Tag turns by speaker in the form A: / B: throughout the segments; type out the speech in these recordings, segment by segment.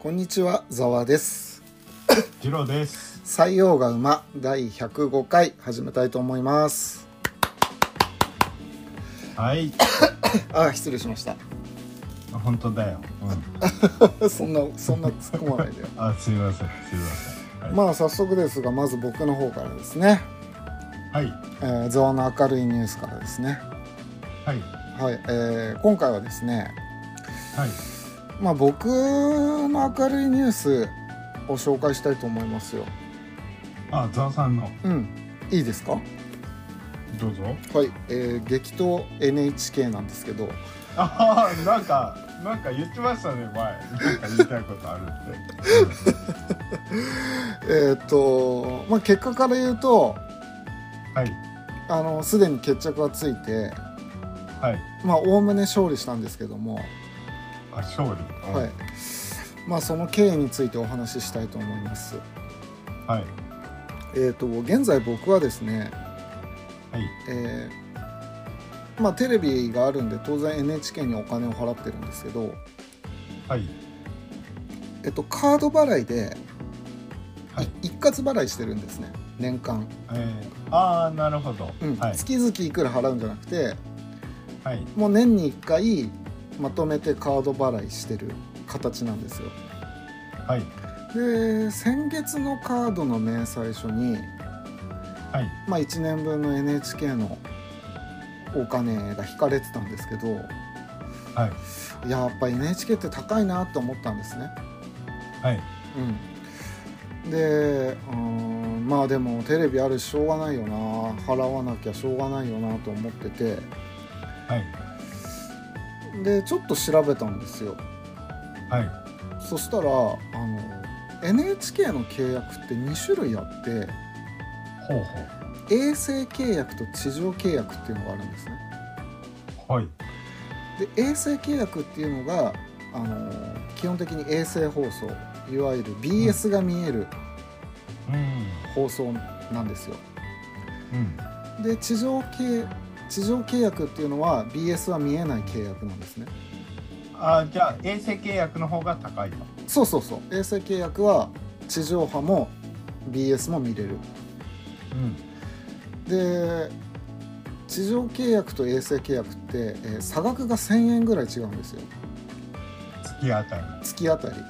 A: こんにちは、ざわです。
B: ジローです。
A: 採用が馬第105回始めたいと思います。
B: はい。
A: あ、失礼しました。
B: 本当だよ。う ん、
A: そんなそんな突っ込まない でよ。
B: あ、すいません。すいません。はい。
A: まあ早速ですが、まず僕の方からですね。
B: はい。
A: えー、ざわの明るいニュースからですね。
B: はい。
A: はい、えー今回はですね、
B: はい。
A: まあ僕の明るいニュースを紹介したいと思いますよ。
B: あ、ザワさんの。
A: うん、いいですか？
B: どうぞ。
A: はい、えー、激闘 NHK なんですけど、
B: あー、なんか、なんか言ってましたね、前。なんか言いたいことあるって。
A: えーっとまあ結果から言うと。
B: うんはい。
A: あのすでに決着はついて
B: はい。
A: まあおおむね勝利したんですけども、
B: あ、勝利。
A: は。いまあ、その経緯についてお話ししたいと思います。
B: はい。
A: えー、と現在僕はですね、
B: はい。
A: えーまあ、テレビがあるんで当然 NHK にお金を払ってるんですけど、
B: はい。
A: えっと、カード払いで
B: はい。
A: 一括払いしてるんですね年間、
B: えー、あー、なるほど。
A: うん
B: はい。
A: 月々いくら払うんじゃなくて
B: はい。
A: もう年に1回まとめてカード払いしてる形なんですよ。
B: はい。
A: で先月のカードの明細書に、
B: はい。
A: まあ、1年分の NHK のお金が引かれてたんですけど
B: はい。
A: やっぱ NHK って高いなと思ったんですね。
B: はい。
A: うん、でうーんまあでもテレビあるししょうがないよな払わなきゃしょうがないよなと思ってて
B: はい。
A: でちょっと調べたんですよ。
B: はい。
A: そしたらあの NHK の契約って2種類あって。
B: ほう
A: 衛星契約と地上契約っていうのがあるんですね
B: ほう。はい。
A: で衛星契約っていうのが、あのー基本的に衛星放送いわゆる BS が見える
B: うん。
A: 放送なんですよ
B: うん。
A: で地上契地上契約っていうのは BS は見えない契約なんですね
B: あー、じゃあ、衛星契約の方が高いと。
A: そうそうそう衛星契約は地上波も BS も見れる
B: うん。
A: で地上契約と衛星契約って、えー差額が1000円ぐらい違うんですよ
B: 月あたり。
A: 月当たりだか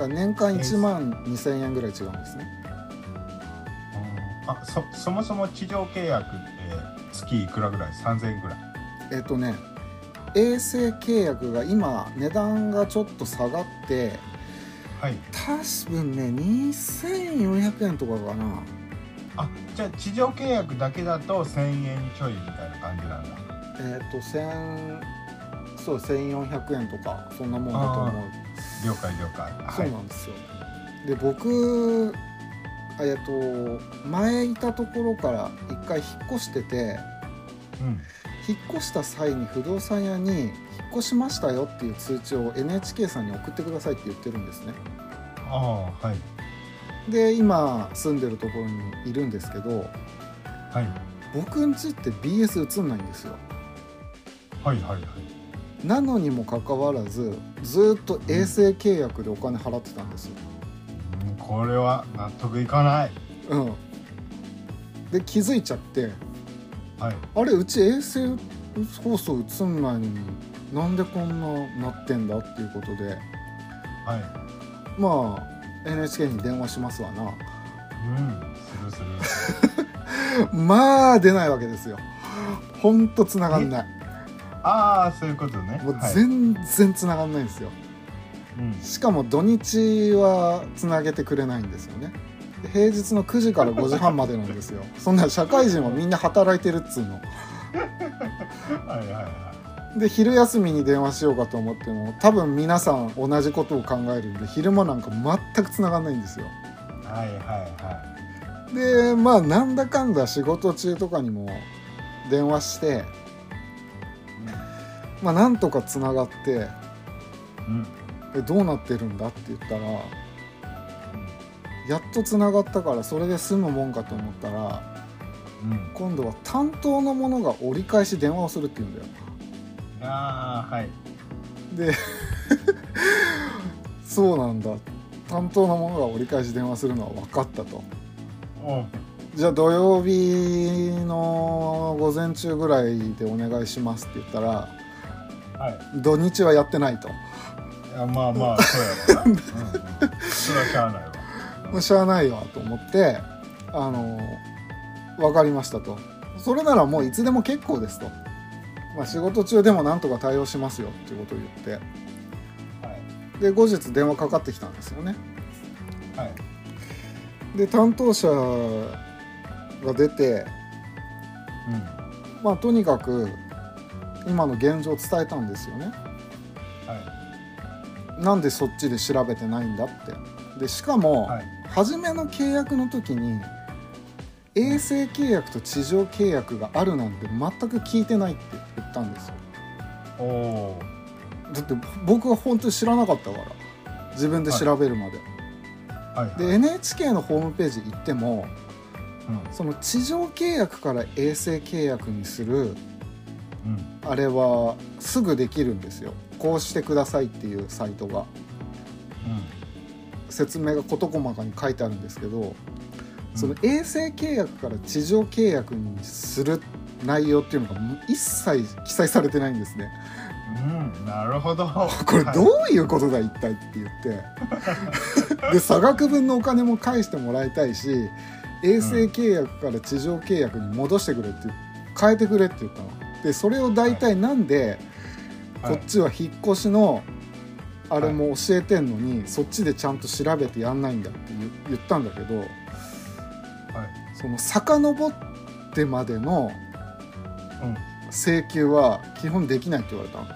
A: ら年間1万2000円ぐらい違うんですね
B: あそそもそも地上契約って月いくらぐらい3000円ぐらい
A: えっとね衛星契約が今値段がちょっと下がって
B: はい
A: 多分ね2400円とかかな
B: あじゃあ地上契約だけだと1000円ちょいみたいな感じなんだ
A: えっと1000そう1400円とかそんなもんだと思う
B: 了解了解は
A: そう
B: い
A: なんですよで僕あえっと前いたところから一回引っ越してて
B: うん
A: 引っ越した際に不動産屋に引っ越しましたよっていう通知を NHK さんに送ってくださいって言ってるんですね
B: ああはい
A: で今住んでるところにいるんですけど
B: はい
A: 僕ん家って BS 映んないんですよ
B: はいはいはい
A: なのにもかかわらずずっと衛星契約でお金払ってたんですよ、
B: うんこれは納得いかない
A: うん、で気づいちゃって
B: はい
A: あれうち衛星放送映んないのになんでこんななってんだっていうことで
B: はい
A: まあ NHK に電話しますわな
B: うんするする
A: まあ出ないわけですよほんと繋がんない
B: ああそういうことね
A: もう
B: はい
A: 全然繋がんないんですよ
B: うん
A: しかも土日は繋げてくれないんですよね平日の9時から5時半までなんですよそんな社会人はみんな働いてるっつうの
B: はいはいはい
A: で昼休みに電話しようかと思っても多分皆さん同じことを考えるんで昼間なんか全く繋がんないんですよ
B: はいはいは
A: でまあなんだかんだ仕事中とかにも電話してまあなんとか繋がって
B: いうんうん
A: えどうなってるんだって言ったらやっとつながったからそれで済むもんかと思ったら
B: うん
A: 今度は担当の者が折り返し電話をするって言うんだよ
B: ああはい
A: で そうなんだ担当の者が折り返し電話するのは分かったと
B: おう
A: じゃあ土曜日の午前中ぐらいでお願いしますって言ったら
B: はい
A: 土日はやってないと
B: いやまあま あそうやろな、うんうん、それはしゃあないわ
A: まあしゃあないわと思ってあの分かりましたとそれならもういつでも結構ですと、まあ、仕事中でもなんとか対応しますよっていうことを言って
B: はい
A: で後日電話かかってきたんですよね
B: はい
A: で担当者が出て
B: うん
A: まあとにかく今の現状を伝えたんですよね
B: は
A: なんでそっちで調べてないんだってでしかも、
B: いはい
A: 初めの契約の時に衛星契約と地上契約があるなんて全く聞いてないって言ったんですよ
B: おお
A: だって僕は本当に知らなかったから自分で調べるまで、
B: ーはいはい
A: で NHK のホームページ行っても
B: うん
A: その地上契約から衛星契約にする
B: うん
A: あれはすぐできるんですよこうしてくださいっていうサイトが説明が事細かに書いてあるんですけどその衛星契約から地上契約にする内容っていうのが一切記載されてないんですね。
B: うん、うん、なるほど
A: これど
B: は
A: ういうことだ一体って言 ってで差額分のお金も返してもらいたいし衛星契約から地上契約に戻してくれって変えてくれって言ったの。でそれを大体なんで
B: い
A: こっちは引っ越しのあれも教えてんのにそっちでちゃんと調べてやんないんだって言言ったんだけど。
B: はい
A: その遡ってまでの
B: うん
A: 請求は基本できないって言われたのね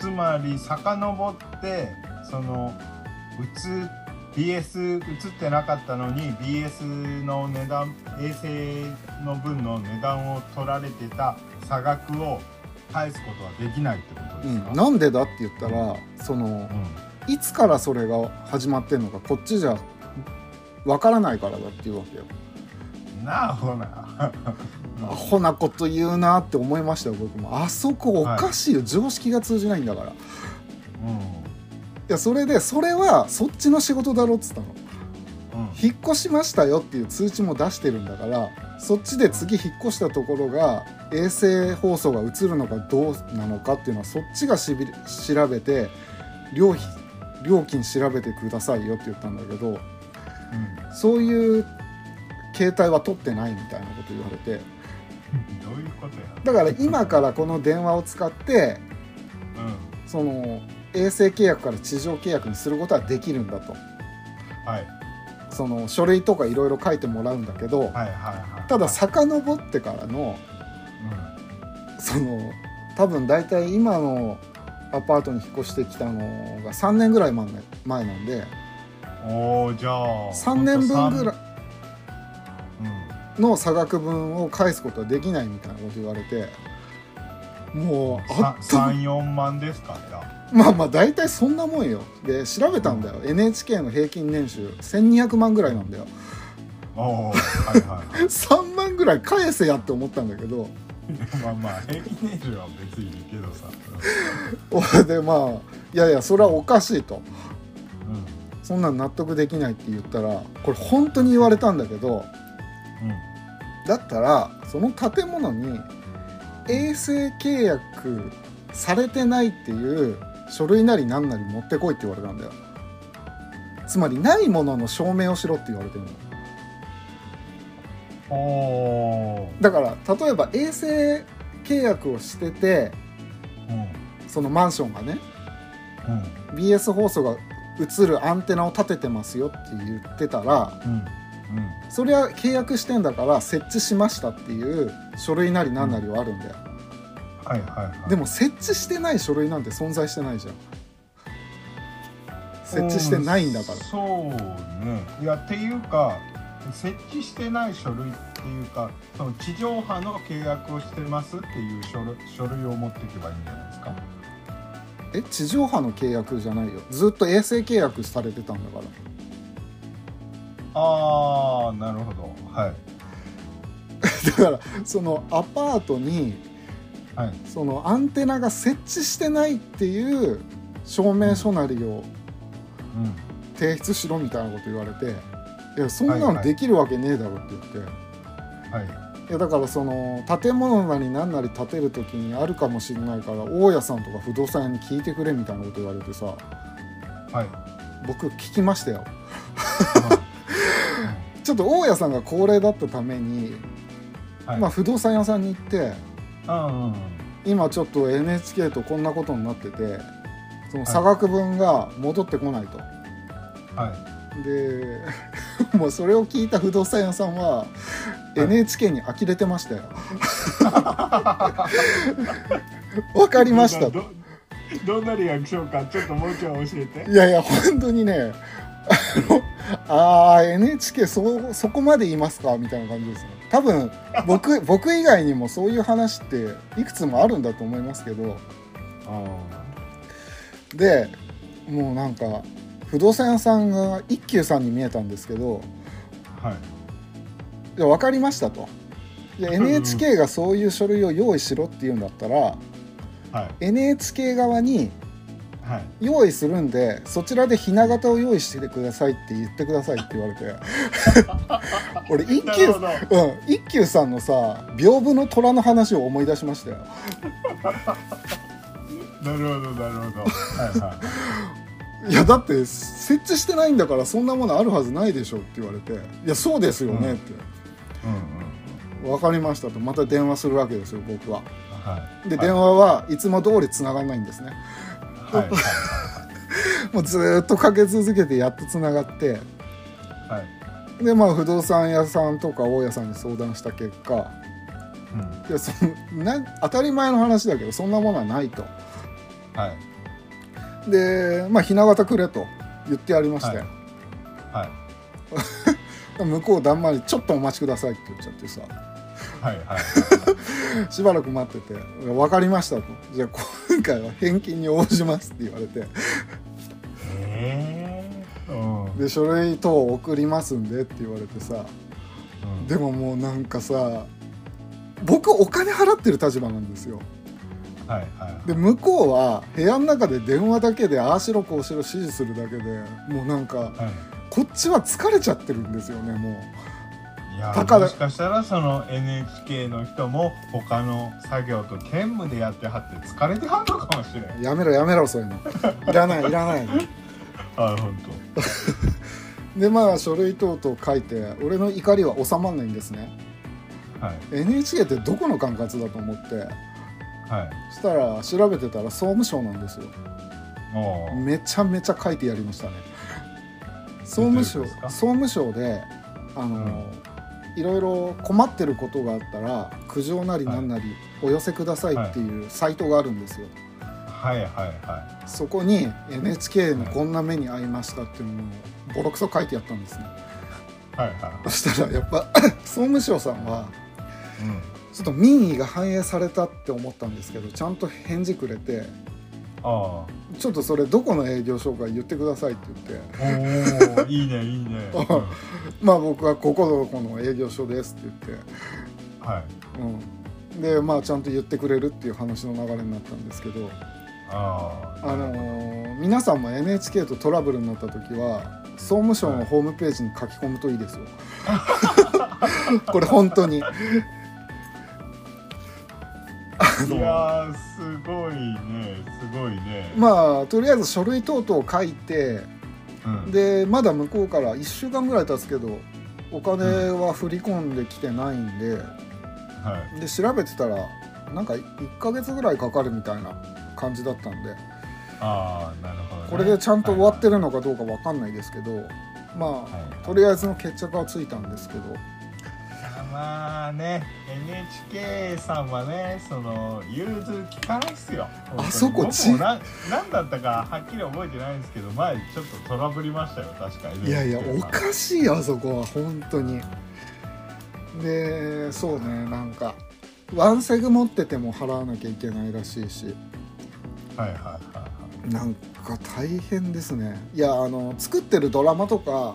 B: つまり遡ってそのうつ BS 映ってなかったのに BS の値段衛星の分の値段を取られてた差額を返すことはできないってことですか、
A: うん、なんでだって言ったらその
B: うん
A: いつからそれが始まってんのかこっちじゃわからないからだっていうわけよ、
B: なあほな
A: アホなこと言うなって思いましたよ僕もあそこおかしいよ、常識が通じないんだからい
B: うん
A: やそれでそれはそっちの仕事だろっつったの
B: うん
A: 引っ越しましたよっていう通知も出してるんだからそっちで次引っ越したところが衛星放送が映るのかどうなのかっていうのはそっちがしび調べて料費料金調べてくださいよって言ったんだけどそういう携帯は取ってないみたいなこと言われて
B: うんどういうことや
A: だから今からこの電話を使って
B: うん
A: その衛星契約から地上契約にすることはできるんだと
B: はい
A: その書類とかいろいろ書いてもらうんだけど
B: はいはいはい
A: ただ遡ってからの
B: うん
A: その多分大体今のアパートに引っ越してきたのが3年ぐらい前ね前なんで
B: おーじゃあ
A: 3年分ぐら
B: い、
A: い
B: うん
A: の差額分を返すことはできないみたいなこと言われてもうあっと
B: 34万ですかじゃあ
A: まあまあ大体そんなもんよで調べたんだよ NHK の平均年収1200万ぐらいなんだよ
B: おおはいはいは
A: 3万ぐらい返せやって思ったんだけど
B: いまあまあ平均年収は別にいいけどさ
A: 俺でまあいやいやそれはおかしいと
B: うんうん
A: そんなん納得できないって言ったらこれ本当に言われたんだけどだったらその建物に衛星契約されてないっていう書類なり何なり持ってこいって言われたんだよつまりないものの証明をしろって言われてるの
B: おお
A: だから例えば衛星契約をしてて
B: うん
A: そのマンションがね
B: うん
A: BS 放送が映るアンテナを立ててますよって言ってたら
B: うん
A: それは契約してんだから設置しましたっていう書類なり何なりはあるんだよ、
B: はいはいはい
A: でも設置してない書類なんて存在してないじゃん設置してないんだから
B: うんそうねいやっていうか設置してない書類っていうかその地上波の契約をしてますっていう書類書類を持っていけばいいんじゃないですか
A: え地上波の契約じゃないよずっと衛星契約されてたんだから
B: ああなるほどはい
A: だからそのアパートに
B: はい
A: そのアンテナが設置してないっていう証明書なりを
B: うん
A: 提出しろみたいなこと言われて「いやそん
B: は
A: ない
B: は
A: の
B: い
A: できるわけねえだろ」って言って、い
B: はい
A: やだからその建物なり何なり建てる時にあるかもしれないから大家さんとか不動産屋に聞いてくれみたいなこと言われてさ
B: はい
A: 僕聞きましたよ。ちょっと大家さんが高齢だったために、
B: はい
A: まあ、不動産屋さんに行って
B: うんうんうん
A: 今ちょっと NHK とこんなことになっててその
B: はい
A: 差額分が戻ってこないと。
B: は
A: で もうそれを聞いた不動産屋さんは NHK に呆れてましたよ。 わか
B: い
A: りました
B: どどんなリアクションかちょっともう一回教えて
A: いやいや本当にねあのあー NHK そそこまで言いますかみたいな感じですね多分僕僕以外にもそういう話っていくつもあるんだと思いますけどでもうなんか不動産屋さんが一休さんに見えたんですけど
B: はい
A: いや分かりましたといや NHK がそういう書類を用意しろって言うんだったら
B: はい
A: NHK 側に
B: はい
A: 用意するんでそちらでひな形を用意してくださいって言ってくださいって言われ て俺一
B: な
A: 休
B: るほど
A: うん、一休さんのさ屏風の虎の話を思い出しましたよ
B: なるほどなるほどはいはい
A: いやだって設置してないんだからそんなものあるはずないでしょって言われていやそうですよねって、
B: うんうん
A: 分かりましたとまた電話するわけですよ僕は
B: はい
A: で電話はいつも通り繋がんないんですね
B: はいは
A: もうずーっとかけ続けてやっと繋がって
B: いはい
A: でまあ不動産屋さんとか大家さんに相談した結果
B: うん
A: いやそんな当たり前の話だけどそんなものはないと
B: はい
A: でまあひな形くれと言ってやりましたよ、
B: はい
A: 向こうだんまり「ちょっとお待ちください」って言っちゃってさ
B: はいはい
A: しばらく待ってて「分かりました」と「じゃあ今回は返金に応じます」って言われて
B: ええう
A: 「
B: ん
A: で書類等を送りますんで」って言われてさ
B: うん
A: でももうなんかさ僕お金払ってる立場なんですよ
B: はいはい
A: で向こうは部屋の中で電話だけでああしろこうしろ指示するだけでもうなんか
B: はい
A: こっちは疲れちゃってるんですよねもう。
B: いや
A: だから
B: もしかしたらその NHK の人も他の作業と兼務でやってはって疲れてはんのかもしれん
A: やめろやめろそういうのいらないいらない
B: あ本
A: でまあ書類等々書いて俺の怒りは収まんないんですね
B: 当はい
A: NHK ってどこの管轄だと思って
B: はい
A: そしたら調べてたら総務省なんですよ
B: おー
A: めちゃめちゃ書いてやりま したね総務省
B: どういうこ
A: 総
B: とです
A: 務省であの、
B: うん
A: いろいろ困ってることがあったら苦情なりなんなりお寄せくださいっていうサイトがあるんですよ、
B: はいはいは
A: そこに NHK のこんな目に遭いましたっていうのをボロクソ書いてやったんですね
B: いはいは
A: そしたらやっぱ 総務省さんは
B: いうん
A: ちょっと民意が反映されたって思ったんですけどちゃんと返事くれて
B: ああ
A: 「ちょっとそれどこの営業紹介言ってください」って言って
B: おおいいねいいね
A: あ
B: うん
A: 「まあ僕はここのこの営業所です」って言って、
B: はい
A: うん、でまあちゃんと言ってくれるっていう話の流れになったんですけど、
B: ああ
A: あのー皆さんも NHK とトラブルになった時は総務省のホームページに書き込むといいですよ。 これ本当に
B: いやーすごいねすごいね
A: まあとりあえず書類等々書いて
B: うん
A: でまだ向こうから1週間ぐらい経つけどお金は振り込んできてないんで
B: はい
A: で調べてたらなんか1ヶ月ぐらいかかるみたいな感じだったんで
B: ああなるほどね
A: これでちゃんと終わってるのかどうかわかんないですけどま
B: はいはい
A: あとりあえずの決着はついたんですけど
B: まあね NHK さんはねその融通聞かないっすよ
A: あそこち
B: ちな何だったかはっきり覚えてないんですけど前ちょっとトラブりましたよ確かに
A: いやいや
B: NHK
A: お
B: さん
A: かしいよあそこは本当にでそうねなんかワンセグ持ってても払わなきゃいけないらしいし
B: はいはいはいはい
A: なんか大変ですねいやあの作ってるドラマとか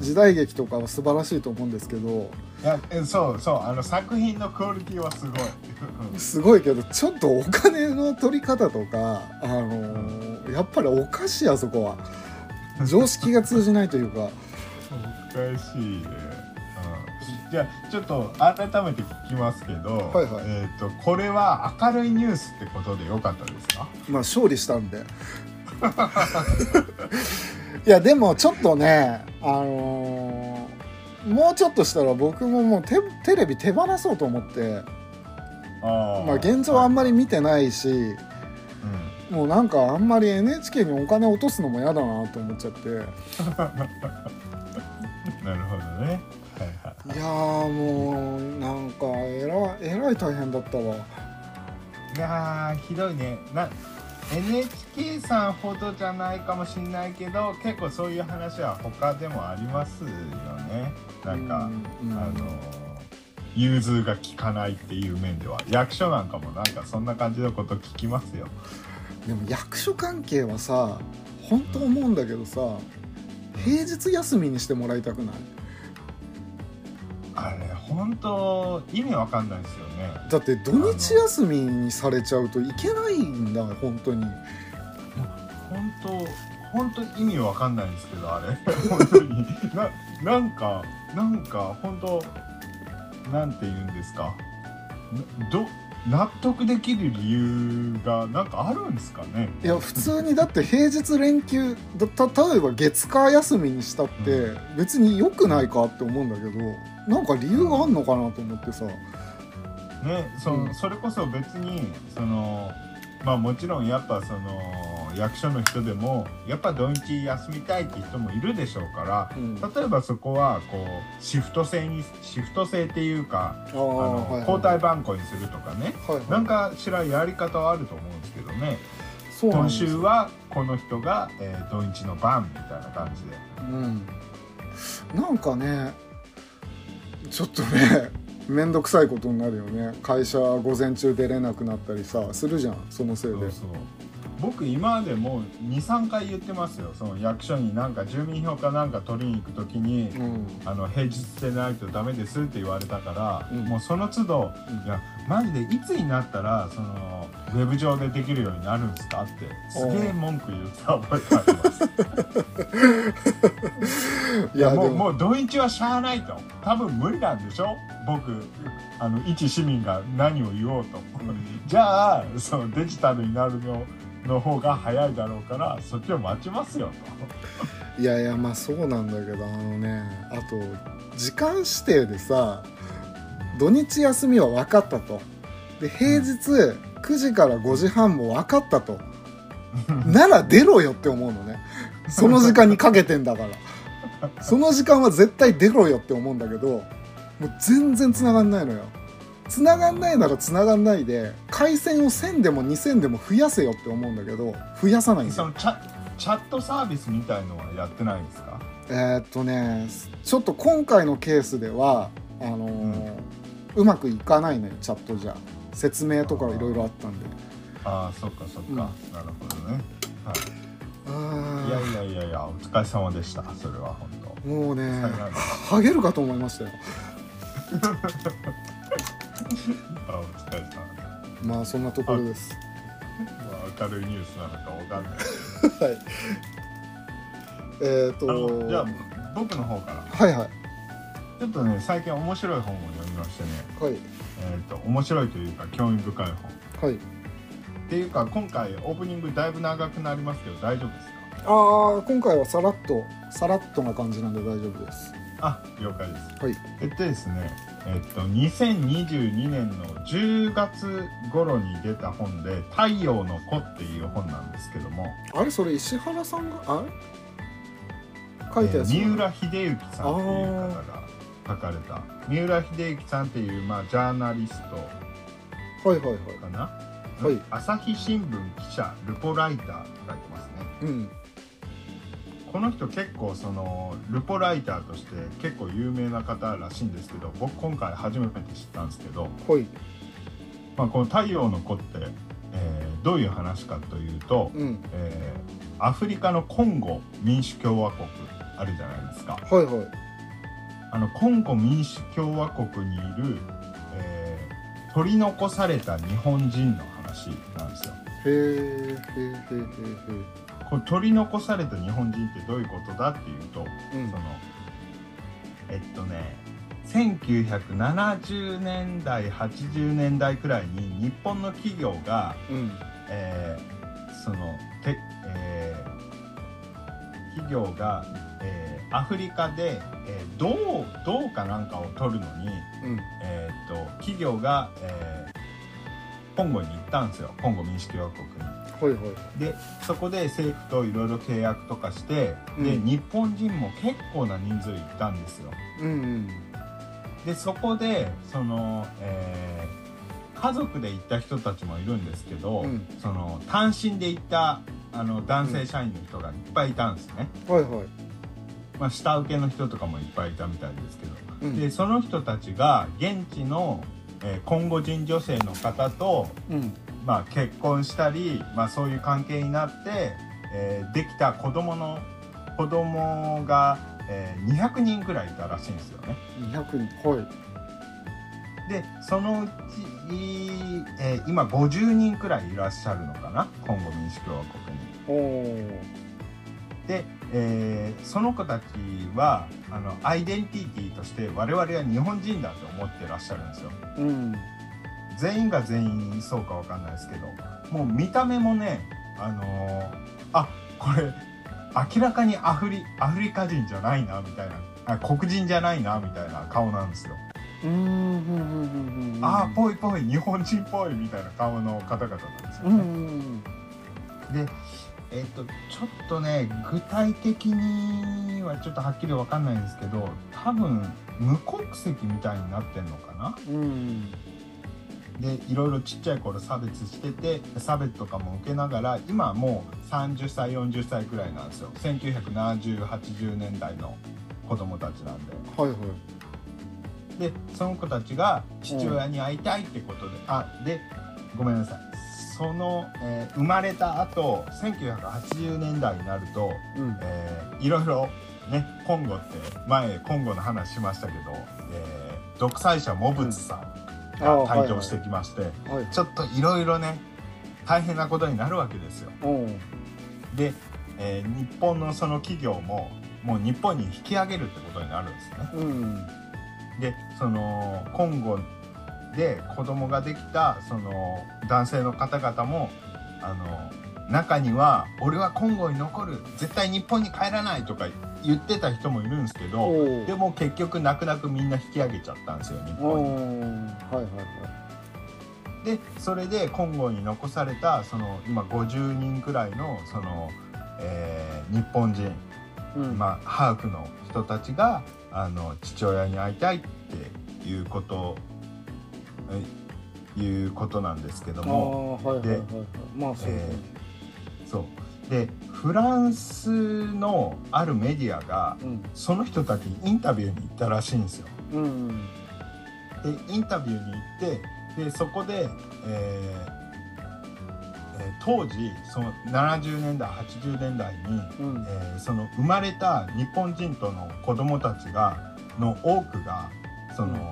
A: 時代劇とかは素晴らしいと思うんですけど
B: いやえそうそうあの作品のクオリティはすごい
A: すごいけどちょっとお金の取り方とか、あのーやっぱりおかしいあそこは常識が通じないというか
B: おかしいね、うん、じゃあちょっと改めて聞きますけど、
A: はいはい
B: えー、とこれは明るいニュースってことでよかったですか
A: まあ勝利したんで いやでもちょっとね、あのーもうちょっとしたら僕ももうテテレビ手放そうと思って、
B: あー
A: まあ、現状あんまり見てないし
B: う
A: もうなんかあんまり NHK にお金落とすのも嫌だなと思っちゃっていや
B: ん、なるほどねはいはい
A: ーもうなんかえらいえらい大変だったわ
B: いやーひどいねな NHK さんほどじゃないかもしんないけど結構そういう話は他でもありますよねなんか、
A: うん
B: あの融通が利かないっていう面では役所なんかもなんかそんな感じのこと聞きますよ
A: でも役所関係はさ本当思うんだけどさ平日休みにしてもらいたくない
B: あれ本当意味わかんないですよね
A: だって土日休みにされちゃうといけないんだ本当に
B: 本当本当意味わかんないんですけどあれ 本当にななんかなんか本当なんて言うんですかなど納得できる理由がなんかあるんですかね
A: いや普通にだって平日連休だた例えば月火休みにしたって別に良くないかって思うんだけどなんか理由があんのかなと思ってさ
B: ねそ,、
A: うん
B: それこそ別にそのまあもちろんやっぱその役所の人でもやっぱ土日休みたいって人もいるでしょうから
A: うん
B: 例えばそこはこうシフト制にシフト制っていうか
A: あ
B: あの、
A: ー
B: 交代番号にするとかね
A: はいはい
B: なんかしらやり方はあると思うんですけどね
A: そうなん
B: 今
A: です
B: 週
A: よ
B: はこの人が、えー土日の番みたいな感じで
A: うんなんかねちょっとね 面倒くさいことになるよね会社午前中出れなくなったりさするじゃんそのせいで
B: そうそう僕今までもう23回言ってますよその役所になんか住民票かなんか取りに行く時に、
A: うん
B: あの平日でないとダメですって言われたか
A: う
B: ら、
A: ん
B: もうその都度いやマジでいつになったらそのウェブ上でできるようになるんですかってすげえ文句言った覚えがあります
A: いやで
B: もう
A: も
B: もう土日はしゃあないと多分無理なんでしょ僕あの一市民が何を言おうとじゃあそのデジタルになるのの方が早いだろうからそっちを待ちますよ
A: いやいやまあそうなんだけどあのねあと時間指定でさ土日休みは分かったとで平日9時から5時半も分かったとなら出ろよって思うのねその時間にかけてんだからその時間は絶対出ろよって思うんだけどもう全然繋がんないのよ繋がんないなら繋がんないで回線を1000でも2000でも増やせよって思うんだけど増やさないん
B: と
A: だよ
B: そのチャチャットサービスみたいのはやってないんですか
A: えーっとねちょっと今回のケースではあのーうまくいかないのよチャットじゃ説明とかいろいろあったんで
B: ああそっかそっか、
A: うん
B: なるほどね、は
A: う
B: い、いや
A: ー
B: いやいやいやお疲れ様でしたそれは本当
A: んもうね
B: はいはい
A: ハゲるかと思いましたよ
B: あお疲れ様でした
A: まあそんなところ です
B: まあ明るいニュースなのかわかんない
A: はいえーっ
B: あの
A: と
B: じゃあ僕の方から
A: はいはい
B: ちょっとね最近面白い本を読みましてね、
A: はい
B: えー、と面白いというか興味深い本
A: はい
B: っていうか今回オープニングだいぶ長くなりますけど大丈夫ですか
A: ああ今回はさらっとさらっとな感じなんで大丈夫です
B: あ了解です
A: はい
B: えっとですねえっと2022年の10月頃に出た本で「太陽の子」っていう本なんですけども、
A: あれそれ石原さんがあれ
B: え
A: 書いた
B: ー
A: やつ、
B: 三浦秀幸さんっていう方が書かれた三浦秀幸さんっていう、まあ、ジャーナリスト
A: はいはいはい
B: かな、
A: はい
B: 朝日新聞記者ルポライターって書いてますね
A: うん
B: この人結構そのルポライターとして結構有名な方らしいんですけど僕今回初めて知ったんですけど、
A: はい
B: まあ、この「太陽の子」って、えーどういう話かというと、
A: うん
B: えーアフリカのコンゴ民主共和国
A: あ
B: あるじゃないですか
A: はいはい
B: あのコンゴ民主共和国にいる、えー取り残された日本人の話なんですよ
A: へえへえへえへえ
B: これ取り残された日本人ってどういうことだっていうと
A: へえうん
B: そのえっとね1970年代80年代くらいに日本の企業が、
A: うん
B: えーそのて、えー企業が、えーアフリカで、えー銅銅かなんかを取るのに、
A: うん
B: えーっと企業が、えーコンゴに行ったんですよコンゴ民主共和国に。
A: はいはい
B: でそこで政府といろいろ契約とかして、で
A: うん
B: 日本人も結構な人数いたんですよ
A: うんうん
B: でそこでその、えー家族で行った人たちもいるんですけど、
A: うん
B: その単身で行ったあの男性社員の人がいっぱいいたんですね、
A: はいはい
B: まあ、下請けの人とかもいっぱいいたみたいですけど、
A: うん
B: でその人たちが現地の、えー、コンゴ人女性の方と
A: うん
B: まあ、結婚したり、まあ、そういう関係になって、えーできた子供の子供が、えー200人くらいいたらしいんですよね。
A: 200人はい
B: でそのうち、えー今50人くらいいらっしゃるのかなコンゴ民主共和国に。
A: おー
B: で、えーその子たちはあのアイデンティティとして我々は日本人だと思ってらっしゃるんですよ。
A: うん
B: 全員が全員そうかわかんないですけどもう見た目もねあのーあこれ明らかにアフリアフリカ人じゃないなみたいなあ黒人じゃないなみたいな顔なんですよ、
A: うーんふんふんふんふん
B: ああぽいぽい日本人っぽいみたいな顔の方々なんですよ、
A: うんう
B: ね
A: んうん
B: でえっとちょっとね具体的にはちょっとはっきりわかんないんですけど多分無国籍みたいになってんのかな
A: うん
B: でいろいろちっちゃい頃差別してて差別とかも受けながら今はもう30歳40歳くらいなんですよ197080年代の子供たちなんで
A: はいはい
B: でその子たちが父親に会いたいってことで、あでごめんなさいその、えー生まれた後1980年代になると、
A: うん
B: えーいろいろねコンゴって前コンゴの話しましたけど、えー独裁者モブツさんが
A: あーはい
B: 誕生してきまして、
A: はい
B: ちょっといろいろね大変なことになるわけですよ
A: おー
B: で、えー日本のその企業ももう日本に引き上げるってことになるんですね
A: うん
B: でその今後で子供ができたその男性の方々もあの中には「俺は今後に残る絶対日本に帰らない」とか言ってた人もいるんですけ
A: お
B: ど
A: ー
B: でも結局泣く泣くみんな引き上げちゃったんですよ日
A: お
B: 本に。
A: ーはいは
B: でそれでコンゴに残されたその今50人くらいのその、えー日本人、
A: いはいうん
B: まあ、ハーフの人たちがあの父親に会いたいっていうことえいうことなんですけど
A: あ
B: も
A: ーはいはいはいはいまあそうですね
B: そうでフランスのあるメディアが
A: うん
B: その人たちにインタビューに行ったらしいんですよ。
A: うん
B: でインタビューに行ってでそこで、えーえー当時その70年代80年代に、
A: うん
B: えーその生まれた日本人との子供たちがの多くがその、
A: うん
B: え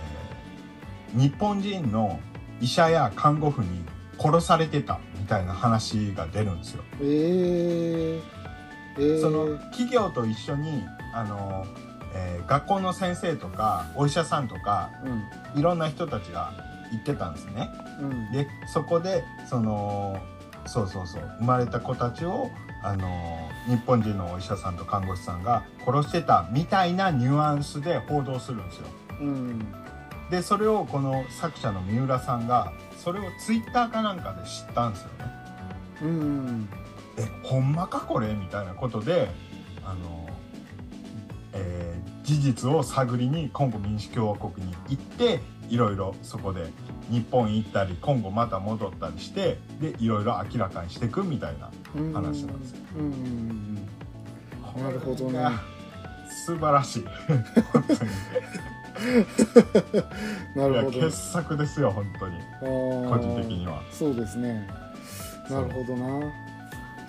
B: ー日本人の医者や看護婦に殺されてたみたいな話が出るんですよ。
A: えーえー
B: その企業と一緒にあの、えー学校の先生とかお医者さんとか
A: うん
B: いろんな人たちが行ってたんですね。
A: うん
B: でそこでそのそうそうそう生まれた子たちをあの日本人のお医者さんと看護師さんが殺してたみたいなニュアンスで報道するんですよ。
A: うん
B: でそれをこの作者の三浦さんがそれをツイッターかなんかで知ったんですよね。
A: うん
B: えほんまかこれみたいなことであの、えー事実を探りにコンゴ民主共和国に行っていろいろそこで日本行ったりコンゴまた戻ったりしてでいろいろ明らかにしていくみたいな
A: うん
B: 話なんですよ
A: うんうんなるほどね
B: これが素晴らしい本当に
A: うんないる
B: や
A: ほど
B: 傑作ですよ本当に
A: 個
B: 個人的には
A: そうですねなるほどな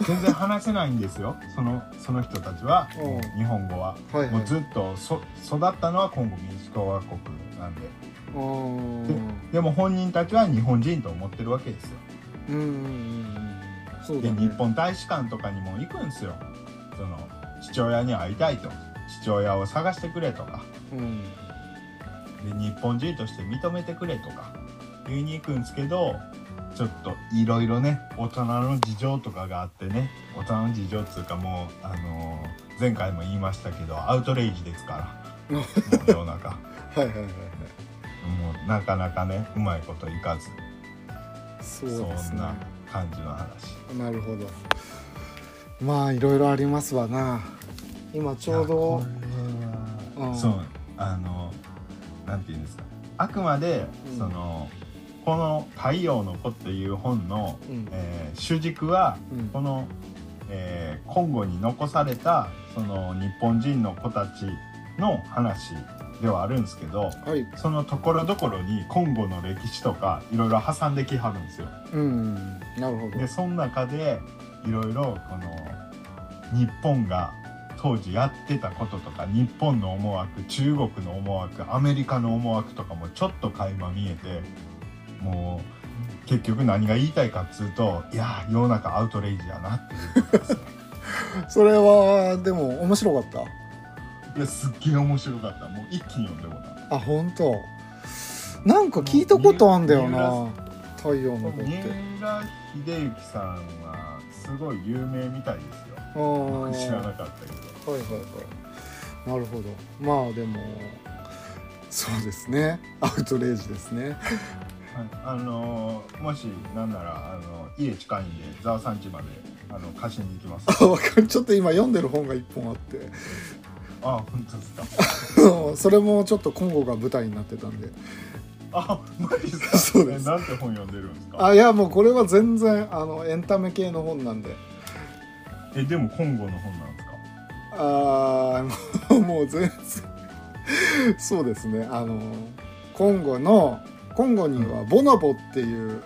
B: 全然話せないんですよそのその人たちは
A: うん
B: 日本語は、
A: はいはい
B: もうずっとそ育ったのはコンゴ民主共和国なんで
A: あー
B: でも本人たちは日本人と思ってるわけですよ
A: うんうんうんうんそうだ
B: で
A: ね
B: 日本大使館とかにも行くんですよその父親に会いたいと父親を探してくれとか
A: うん
B: で日本人として認めてくれとか言いに行くんですけどちょっといろいろね大人の事情とかがあってね大人の事情っつうかもう、あのー前回も言いましたけどアウトレイジですからもう世の 中も
A: はいはいはいは
B: うなかなかねうまいこといかず
A: いそう
B: そ
A: です
B: ん
A: ね
B: な感じの話
A: なるほどまあいろいろありますわな今ちょうど
B: いやこれは
A: うん
B: そうあのなんて言うんですかあくまで、
A: うん
B: そのこの「太陽の子」っていう本の、
A: うん
B: えー主軸は
A: うん
B: この、えー、コンゴに残されたその日本人の子たちの話ではあるんですけど
A: はい
B: そのところどころにコンゴの歴史とかいろいろ挟んできはるんですよ。
A: うんなるほど
B: でその中でいろいろこの日本が当時やってたこととか日本の思惑中国の思惑アメリカの思惑とかもちょっと垣間見えてもう結局何が言いたいかっつうといやー世の中アウトレイジやなっていうことですね
A: それはでも面白かっ
B: いやすっげえ面白かったもう一気に読んでもらった
A: たあ本当なんか聞いたことあんだよな太陽の子って
B: 三浦秀幸さんはすごい有名みたいですよ
A: あー
B: 僕知らなかったけど
A: はいはいはいなるほどまあでもそうですねアウトレイジですね
B: はい、あのーもしなんならあの家近いんでざわさん家まであの貸しに行きます。
A: あわかるちょっと今読んでる本が一本あって
B: あ本当ですか。
A: あのそれもちょっと今後が舞台になってたんで
B: あマジですか。
A: そうです
B: えなんて本読んでるんですか。
A: あいやもうこれは全然あのエンタメ系の本なんで
B: えでも今後の本なんですか。
A: あーもう もう全然そうですねあのコンゴのコンゴにはボノボっていう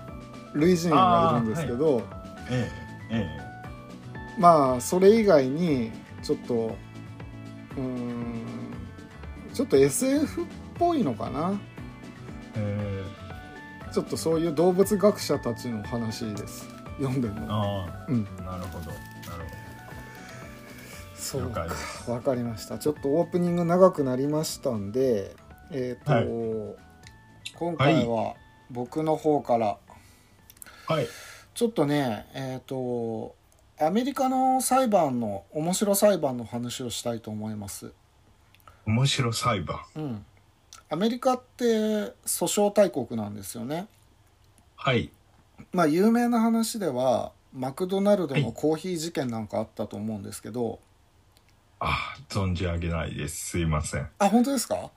A: 類人猿がいるんですけど、
B: えええ
A: まあそれ以外にちょっとうーんちょっと SF っぽいのかな
B: ええ
A: ちょっとそういう動物学者たちの話です読んでる
B: え
A: の
B: あ
A: うん
B: あなるほどなる
A: そ
B: ほど
A: う
B: 了
A: か
B: 解です。
A: わかりましたちょっとオープニング長くなりましたんでえっ、と、
B: は
A: 今回は僕の方から
B: はい
A: ちょっとねえっ、とアメリカの裁判の面白裁判の話をしたいと思います
B: 面白裁判
A: うん、アメリカって訴訟大国なんですよね。
B: はい
A: まあ有名な話ではマクドナルドのコーヒー事件なんかあったと思うんですけど、
B: あ存じ上げないですすいません
A: あ本当ですか、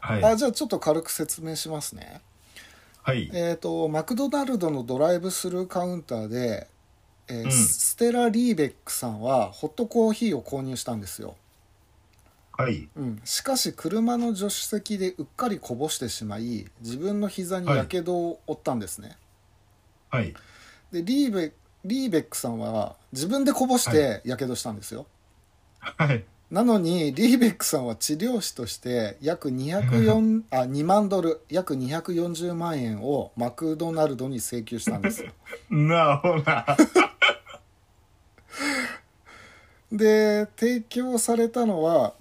B: はい
A: あじゃあちょっと軽く説明しますね。
B: はい
A: えっ、とマクドナルドのドライブスルーカウンターで、えー
B: うん
A: ステラ・リーベックさんはホットコーヒーを購入したんですよ。
B: はい
A: うん、しかし車の助手席でうっかりこぼしてしまい自分の膝にやけどを負ったんですね。
B: はい
A: でリーベリーベックさんは自分でこぼしてやけどしたんですよ、
B: はい
A: なのにリーベックさんは治療師として約204 あ2万ドル約240万円をマクドナルドに請求したんですよ
B: なあほら
A: で提供されたのは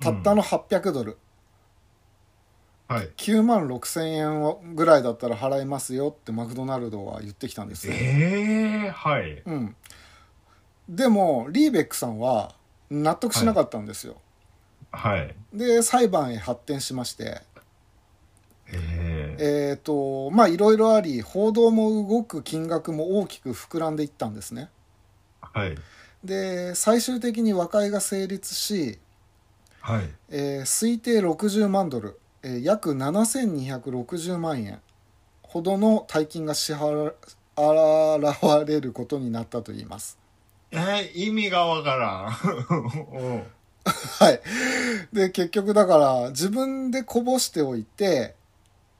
A: たったの800ドル、
B: はい
A: 9万6000円をぐらいだったら払いますよってマクドナルドは言ってきたんですよ、
B: ええはい
A: うん、でもリーベックさんは納得しなかったんですよ、
B: はい
A: で裁判へ発展しまして
B: ええ
A: えっ、とまあいろいろあり報道も動く金額も大きく膨らんでいったんですね
B: はい
A: で最終的に和解が成立し、
B: はい
A: えー推定60万ドル、えー約7260万円ほどの大金が支払われることになったといいます
B: えー意味が わからんおう
A: はいで結局だから自分でこぼしておいて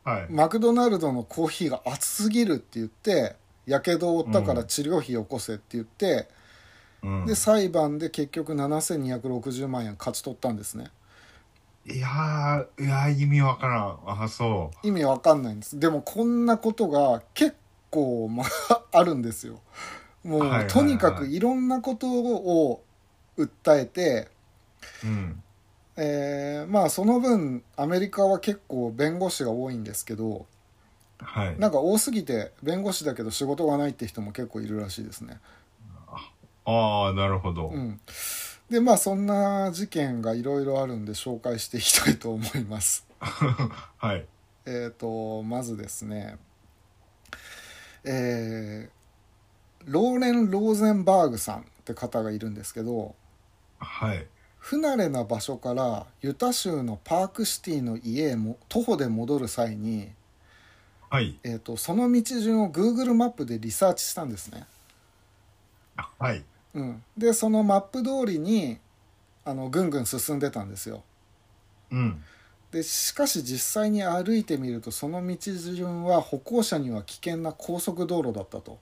B: はい
A: マクドナルドのコーヒーが熱すぎるって言ってやけどを負ったから治療費よこせって言って、
B: うん
A: で裁判で結局7260万円勝ち取ったんですね
B: いやーいやー意味わからんあそ
A: 意味わかんないんですでもこんなことが結構、まあ、 あるんですよもう、
B: はいはいはい
A: とにかくいろんなことを訴えて
B: ううん
A: えーまあその分アメリカは結構弁護士が多いんですけど
B: はい
A: なんか多すぎて弁護士だけど仕事がないって人も結構いるらしいですね。
B: ああなるほど、
A: うん、でまあそんな事件がいろいろあるんで紹介していきたいと思います。
B: はい
A: えっ、とまずですねえーローレン・ローゼンバーグさんって方がいるんですけど
B: はい
A: 不慣れな場所からユタ州のパークシティの家へも徒歩で戻る際に
B: はい
A: えー、とその道順を Google マップでリサーチしたんですね、
B: はい
A: うん、でそのマップ通りにあのぐんぐん進んでたんですよ
B: うん
A: でしかし実際に歩いてみるとその道順は歩行者には危険な高速道路だったと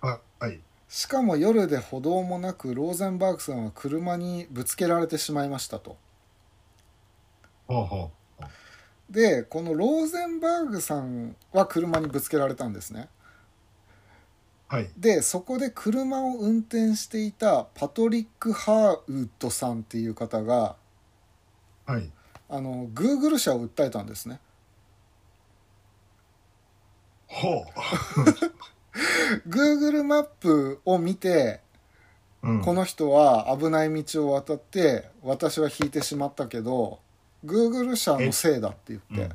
B: あはい
A: しかも夜で歩道もなくローゼンバーグさんは車にぶつけられてしまいましたと
B: ほうほう
A: でこのローゼンバーグさんは車にぶつけられたんですね
B: はい
A: でそこで車を運転していたパトリック・ハーウッドさんっていう方が
B: はい
A: あの Google 社を訴えたんですね
B: ほ
A: Google マップを見て、
B: う、うん、
A: この人は危ない道を渡って私は引いてしまったけど Google 社のせいだって言って、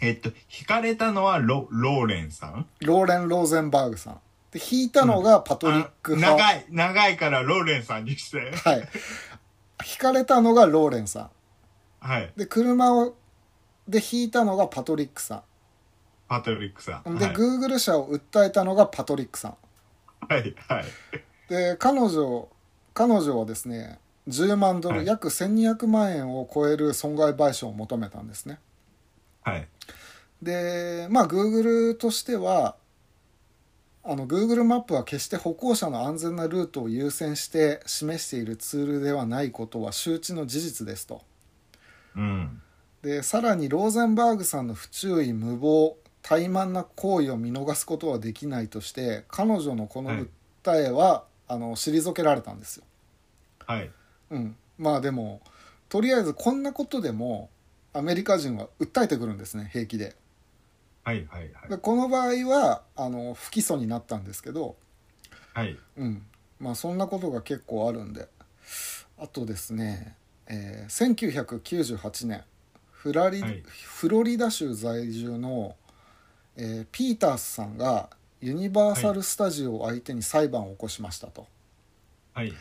B: えっと引かれたのはロローレンさん
A: ローレン・ローゼンバーグさんで引いたのがパトリック
B: あ
A: 派、
B: 長い長いからローレンさんにして
A: はい引かれたのがローレンさ
B: はい
A: んで車をで引いたのがパトリックさ
B: パトリックさん
A: んで、
B: はい
A: Google 社を訴えたのがパトリックさん
B: はいはい
A: で彼女彼女はですね10万ドル、
B: はい
A: 約1200万円を超える損害賠償を求めたんですね
B: はい
A: でまあ Google としてはあの Google マップは決して歩行者の安全なルートを優先して示しているツールではないことは周知の事実ですと
B: うん
A: でさらにローゼンバーグさんの不注意無謀怠慢な行為を見逃すことはできないとして彼女のこの
B: はい
A: 訴えは、あの退けられたんですよ
B: はい
A: うん、まあでもとりあえずこんなことでもアメリカ人は訴えてくるんですね平気で
B: はいはいはい
A: でこの場合はあの不起訴になったんですけど、
B: はい
A: うん、まあそんなことが結構あるんであとですね、えー1998年フラリ、
B: はい
A: フロリダ州在住の、えーピータースさんがユニバーサル・スタジオを相手に裁判を起こしましたと。
B: はい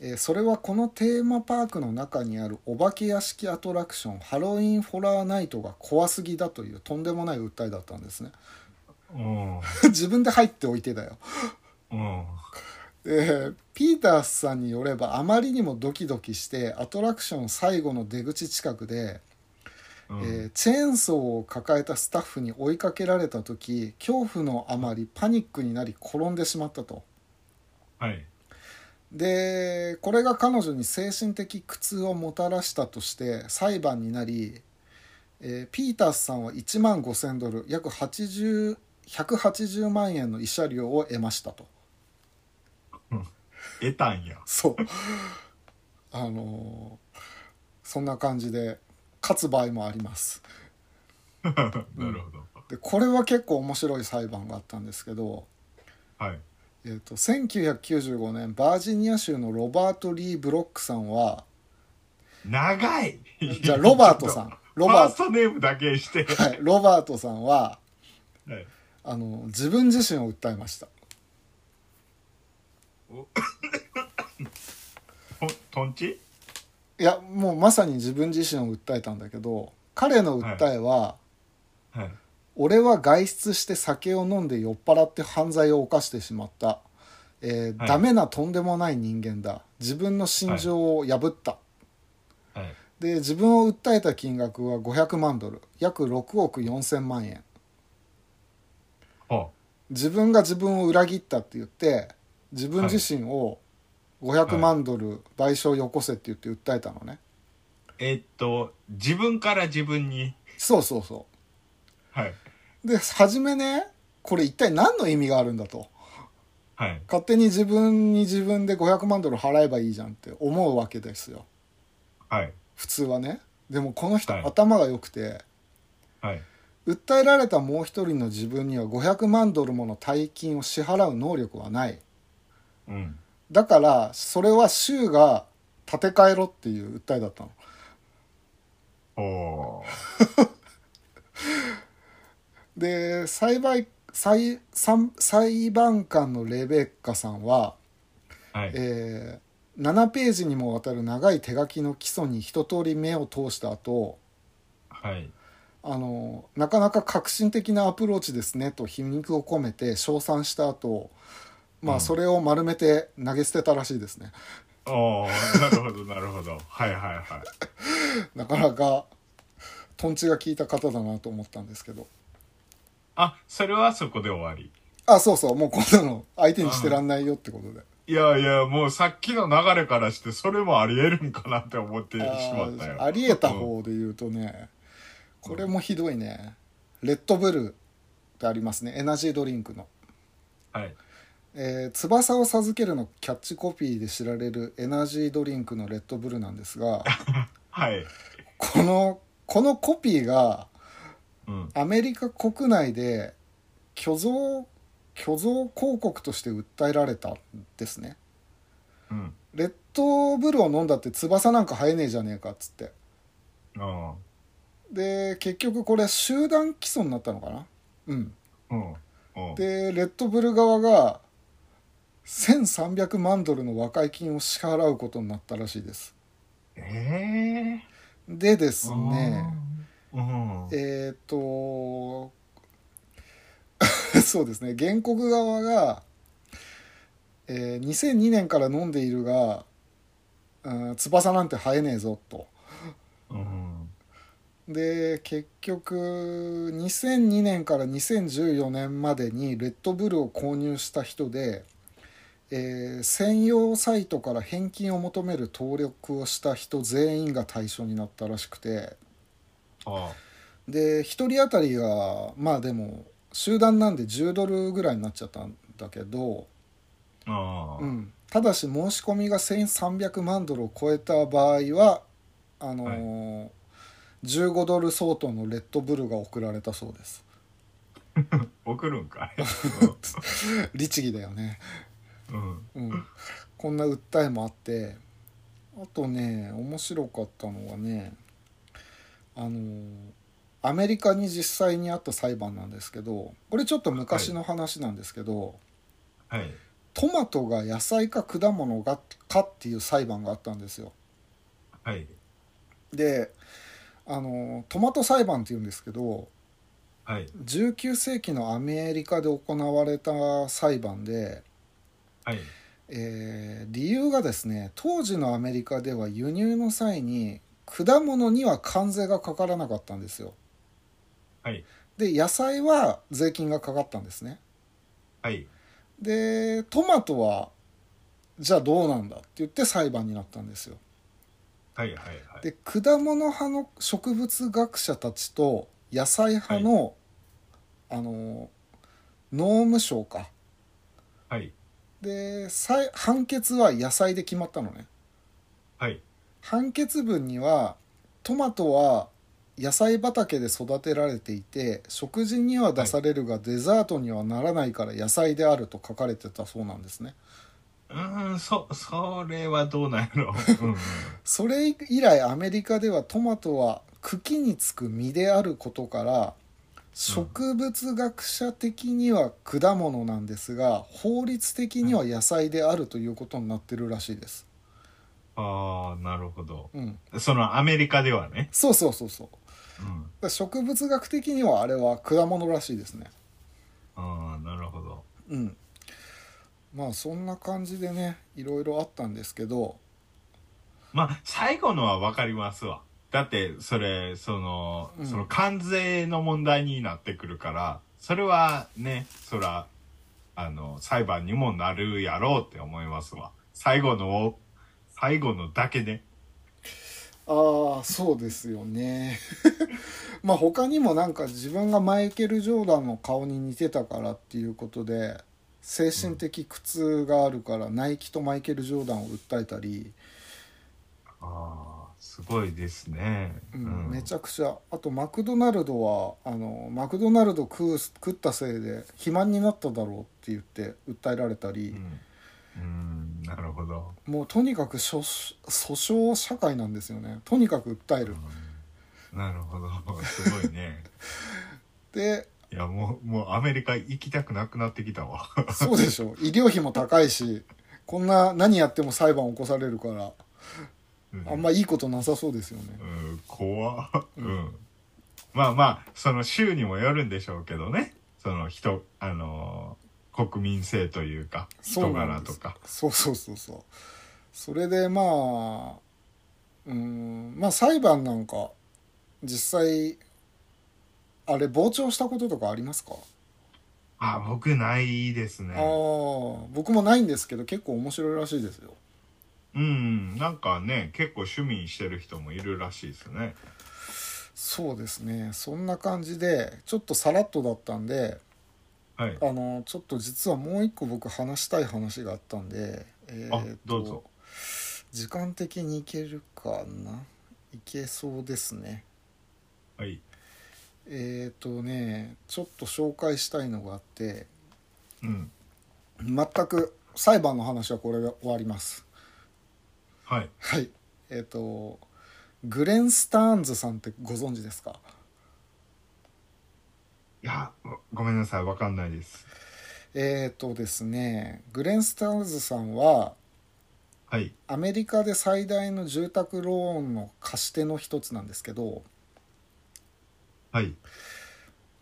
A: えーそれはこのテーマパークの中にあるお化け屋敷アトラクションハロウィン・ホラー・ナイトが怖すぎだというとんでもない訴えだったんですね
B: うん
A: 自分で入っておいてだよ、
B: うん
A: えーピータースさんによればあまりにもドキドキしてアトラクション最後の出口近くで、
B: うん
A: えーチェーンソーを抱えたスタッフに追いかけられた時恐怖のあまりパニックになり転んでしまったと
B: はい
A: でこれが彼女に精神的苦痛をもたらしたとして裁判になり、えーピータースさんは1万5,000ドル約80 180万円の慰謝料を得ましたと
B: 得たんや
A: そうあのーそんな感じで勝つ場合もあります
B: なるほど
A: でこれは結構面白い裁判があったんですけど、
B: はい
A: えー、と1995年バージニア州のロバート・リー・ブロックさんは
B: 長い
A: じゃあロバート さんロバー
B: バ
A: ト
B: ーストネームだけして
A: はい、ロバートさんは
B: はい
A: あの自分自身を訴えました
B: ととんち
A: いやもうまさに自分自身を訴えたんだけど彼の訴えは、
B: はい
A: 俺は外出して酒を飲んで酔っ払って犯罪を犯してしまった、えー
B: はい
A: ダメなとんでもない人間だ自分の心情を破った、
B: はい
A: で自分を訴えた金額は500万ドル約6億4000万円
B: ほ
A: 自分が自分を裏切ったって言って自分自身を500万ドル賠償よこせって言って訴えたのね、
B: えっと自分から自分に
A: そうそうそ
B: はい。
A: うで初めねこれ一体何の意味があるんだと
B: はい。
A: 勝手に自分に自分で500万ドル払えばいいじゃんって思うわけですよ
B: はい。
A: 普通はねでもこの人、
B: はい
A: 頭が良くて
B: はい。
A: 訴えられたもう一人の自分には500万ドルもの大金を支払う能力はない
B: うん。
A: だからそれは州が立て替えろっていう訴えだったの
B: おー。
A: で裁判裁裁裁判官のレベッカさんは、
B: はい。
A: えー7ページにもわたる長い手書きの起訴に一通り目を通した後
B: はい。
A: あのなかなか革新的なアプローチですねと皮肉を込めて称賛した後ま
B: う
A: あ
B: ん
A: それを丸めて投げ捨てたらしいですね、
B: おー、なるほど、なるほど。はいはいはい。
A: なかなかトンチが効いた方だなと思ったんですけど
B: あ、それはそこで終わり。
A: あそうそうもうこんなの相手にしてらんないよってことで
B: いやいや、もうさっきの流れからして、それもあり得るんかなって思ってしまったよ。
A: あーありえた方で言うとね、これもひどいねレッドブルってありますねエナジードリンクの、
B: はい。
A: えー翼を授ける」のキャッチコピーで知られるエナジードリンクのレッドブルなんですが
B: はい。
A: このこのコピーが
B: うん。
A: アメリカ国内で虚像虚像広告として訴えられたんですね
B: うん。
A: レッドブルを飲んだって翼なんか生えねえじゃねえかっつって
B: あ
A: で結局これ集団起訴になったのかなうん
B: ーうん。うん。
A: でレッドブル側が1300万ドルの和解金を支払うことになったらしいです
B: ええ
A: でです
B: ー。
A: ね
B: あー。うん。
A: えっ、と そうですね原告側が、えー2002年から飲んでいるが、うん、翼なんて生えねえぞと
B: うん。
A: で結局2002年から2014年までにレッドブルを購入した人で、えー専用サイトから返金を求める登録をした人全員が対象になったらしくて
B: あ
A: で1人当たりがまあでも集団なんで10ドルぐらいになっちゃったんだけど、
B: ーあー。
A: うん、ただし申し込みが1300万ドルを超えた場合はあのー15ドル相当のレッドブルが送られたそうです
B: 送るんかい。
A: 律儀だよね、
B: うん。
A: うん、こんな訴えもあってあとね面白かったのはねあのーアメリカに実際にあった裁判なんですけどこれちょっと昔の話なんですけど、
B: はい。
A: トマトが野菜か果物がかっていう裁判があったんですよ
B: はい。
A: であのトマト裁判っていうんですけど
B: はい。
A: 19世紀のアメリカで行われた裁判で、
B: はい。
A: えー理由がですね当時のアメリカでは輸入の際に果物には関税がかからなかったんですよ
B: はい。
A: で野菜は税金がかかったんですね
B: はい。
A: でトマトはじゃあどうなんだって言って裁判になったんですよ
B: はい。はい。はい。
A: で果物派の植物学者たちと野菜派の、あの農務省か
B: はい。
A: で裁判決は野菜で決まったのね
B: はい。
A: 判決文にはトマトは野菜畑で育てられていて食事には出されるがデザートにはならないから野菜であると書かれてたそうなんですね
B: うーん、そ、それはどうなんやろ。うんうん。
A: それ以来アメリカではトマトは茎につく実であることから植物学者的には果物なんですが法律的には野菜であるということになってるらしいです。
B: ああ、なるほど。
A: うん、
B: そのアメリカではね。
A: そうそうそうそう。だか
B: うん。
A: ら植物学的にはあれは果物らしいですね。
B: ああ、なるほど。
A: うん。まあそんな感じでねいろいろあったんですけど、
B: まあ、最後のはわかりますわ。だって、それ、その
A: う、ん
B: その関税の問題になってくるから、それはね、そら、あの、裁判にもなるやろうって思いますわ。最後のを、最後のだけね。
A: ああそうですよね まあ他にもなんか自分がマイケル・ジョーダンの顔に似てたからっていうことで精神的苦痛があるからナイキとマイケル・ジョーダンを訴えたり、
B: ああ、すごいですね。
A: うん、めちゃくちゃあとマクドナルドはあのマクドナルド食う食ったせいで肥満になっただろうって言って訴えられたり、
B: うん、うん、なるほど。
A: もうとにかく訴訟訴訟社会なんですよねとにかく訴える
B: うんなるほど。すごいね。
A: で
B: いや、もう、もうアメリカ行きたくなくなってきた わ。
A: そうでしょ医療費も高いしこんな何やっても裁判起こされるから
B: うん
A: あんまいいことなさそうですよね
B: うん、怖っうん。まあまあ、その州にもよるんでしょうけどね。その人、あのー国民性というか、
A: そ
B: 人
A: うな
B: 柄
A: んで
B: と
A: す
B: か。
A: そうそうそうそうそれでまあうんまあ裁判なんか実際あれ傍聴したこととかありますか、
B: あ、僕ないですね
A: あ。あ僕もないんですけど結構面白いらしいですよ
B: うん、なんかね、結構趣味にしてる人もいるらしいですね。
A: そうですねそんな感じでちょっとさらっとだったんで
B: はい。
A: あのちょっと実はもう一個僕話したい話があったんで、えーと
B: どうぞ
A: 時間的にいけるかないけそうですね
B: はい。
A: えっ、とねちょっと紹介したいのがあって
B: うん。
A: 全く裁判の話はこれで終わります
B: はい。
A: はいえっ、とグレン・スターンズさんってご存知ですか
B: いや、ごめんなさい、わかんないです。
A: えっ、とですねグレン・スターンズさんは
B: はい。
A: アメリカで最大の住宅ローンの貸し手の一つなんですけど
B: はい。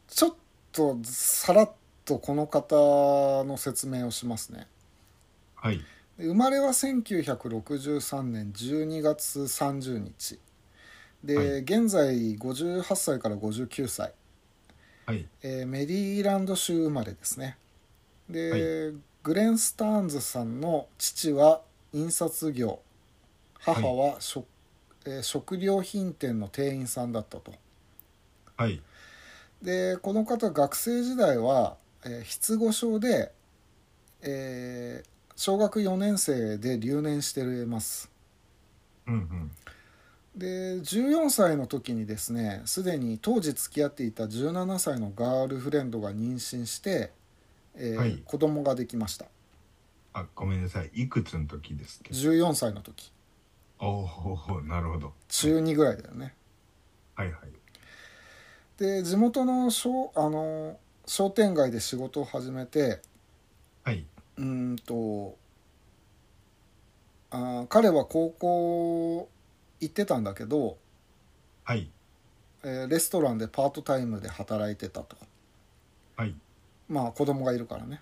A: ちょっとさらっとこの方の説明をしますね
B: はい。
A: で生まれは1963年12月30日で、
B: はい
A: 現在58歳から59歳、
B: はい。
A: えーメリーランド州生まれですねで、グレン・スターンズさんの父は印刷業母は食,、えー食料品店の店員さんだったと
B: はい。
A: でこの方学生時代は、えー失語症で、えー小学4年生で留年してます
B: うんうん。
A: で14歳の時にですねすでに当時付き合っていた17歳のガールフレンドが妊娠して、えー
B: はい
A: 子供ができました
B: あ、ごめんなさい。いくつの時ですけど。
A: 14歳の時
B: おお、なるほど。
A: 中2ぐらいだよね
B: はいはい。
A: で地元の商あの商店街で仕事を始めて
B: はい。
A: うーんとあー彼は高校行ってたんだけど、
B: はい。
A: えーレストランでパートタイムで働いてたと
B: はい。
A: まあ子供がいるからね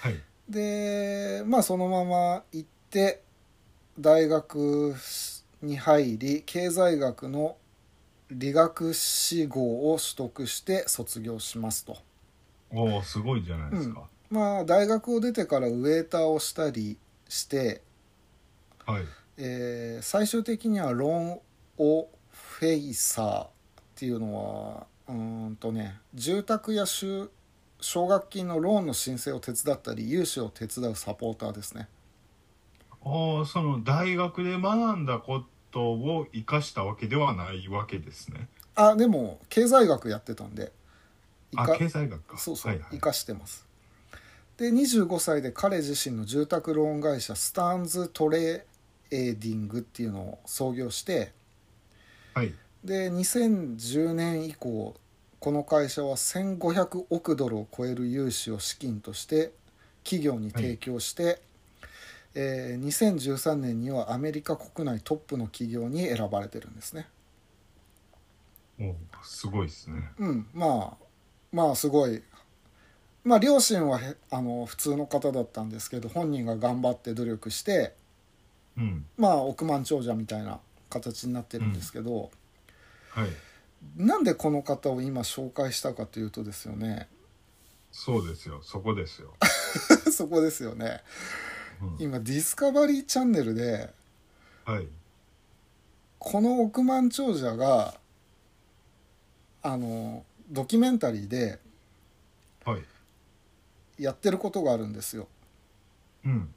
B: はい。
A: でまあそのまま行って大学に入り経済学の理学士号を取得して卒業しますと
B: おお、すごいじゃないですか。
A: まあ大学を出てからウェイターをしたりして
B: はい。
A: えー最終的にはロン・オ・フェイサーっていうのはうーんとね住宅や就奨学金のローンの申請を手伝ったり融資を手伝うサポーターですね
B: おお、その大学で学んだことを生かしたわけではないわけですね。
A: あでも経済学やってたんでい
B: あ、
A: か
B: 経済学か。
A: そうそう、
B: は
A: 生
B: いはい。
A: かしてますで25歳で彼自身の住宅ローン会社スターンズ・トレーディングっていうのを創業して
B: はい。
A: で2010年以降この会社は1500億ドルを超える融資を資金として企業に提供して、えー2013年にはアメリカ国内トップの企業に選ばれてるんですね。
B: おお、すごいですね。
A: うん、まあまあすごいまあ両親はへあの普通の方だったんですけど本人が頑張って努力して
B: うん。
A: まあ億万長者みたいな形になってるんですけど、
B: はい。
A: なんでこの方を今紹介したかというとですよね
B: そうですよそこです よ、
A: そこですよね
B: うん
A: 今ディスカバリーチャンネルで
B: はい
A: この億万長者があのドキュメンタリーで
B: はい
A: やってることがあるんですよ
B: うん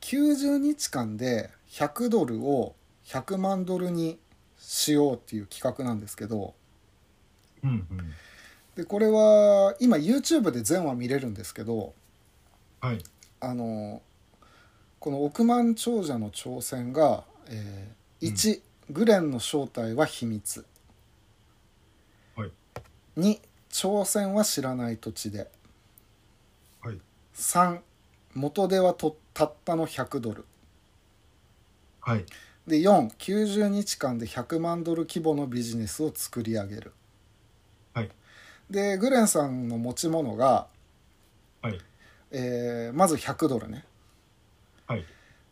A: 90日間で100ドルを100万ドルにしようっていう企画なんですけど
B: うんうん
A: でこれは今 YouTube で全話見れるんですけど
B: はい
A: あのこの億万長者の挑戦が、えー
B: うん
A: 1、グレンの正体は秘密、
B: はい
A: 2挑戦は知らない土地で、
B: はい
A: 3元手はとたったの100ドル
B: はい
A: で490日間で100万ドル規模のビジネスを作り上げる、
B: はい
A: でグレンさんの持ち物が、
B: はい
A: えーまず100ドルね
B: はい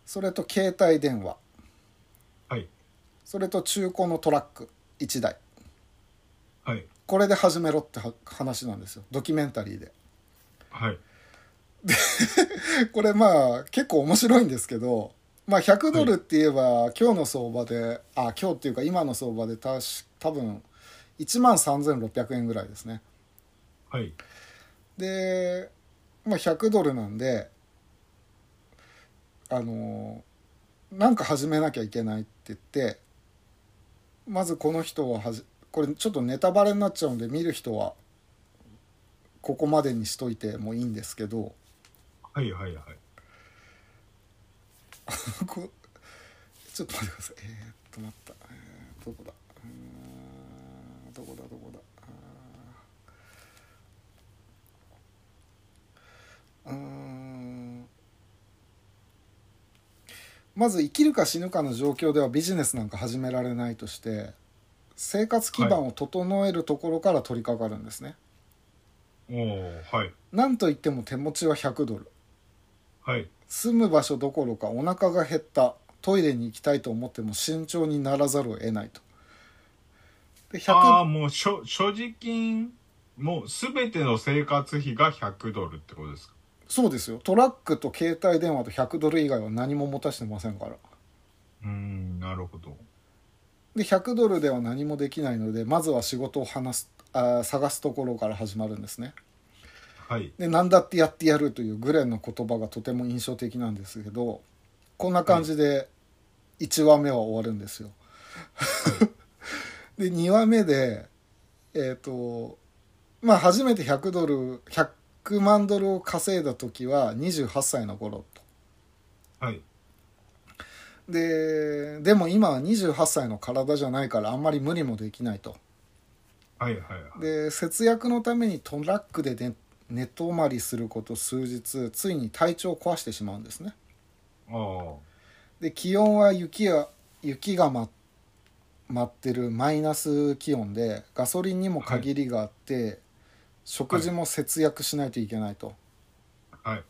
A: それと携帯電話
B: はい
A: それと中古のトラック1台
B: はい
A: これで始めろっては話なんですよドキュメンタリーで
B: はい
A: これまあ結構面白いんですけど、まあ、100ドルって言えば、今日の相場であ今日っていうか今の相場でたし多分1万3600円ぐらいですね
B: はい
A: で、まあ、100ドルなんであのなんか始めなきゃいけないって言ってまずこの人ははじこれちょっとネタバレになっちゃうんで見る人はここまでにしといてもいいんですけど
B: はいはいはい
A: こ ちょっと待ってくださいえーっと待った、えーどこだうーんどこだどこだうーんまず生きるか死ぬかの状況ではビジネスなんか始められないとして生活基盤を整えるところから取り掛かるんですね、
B: おおはい
A: なんといっても手持ちは100ドル
B: はい
A: 住む場所どころかお腹が減ったトイレに行きたいと思っても慎重にならざるを得ないとで
B: あ
A: 100
B: あもうしょ所持金もう全ての生活費が100ドルってことですか
A: そうですよトラックと携帯電話と100ドル以外は何も持たしてませんから
B: うーんなるほど
A: で100ドルでは何もできないのでまずは仕事を話すあー探すところから始まるんですね
B: はい
A: で何だってやってやるというグレンの言葉がとても印象的なんですけどこんな感じで1話目は終わるんですよ。 で2話目でえっ、とまあ初めて100ドル100万ドルを稼いだ時は28歳の頃と。
B: はい
A: ででも今は28歳の体じゃないからあんまり無理もできないと。
B: はいはいはい
A: で節約のためにトラックで寝寝泊まりすること数日ついに体調を壊してしまうんですね。
B: ああ
A: で気温は雪や雪がま舞ってるマイナス気温でガソリンにも限りがあって、食事も節約しないといけないと、
B: はい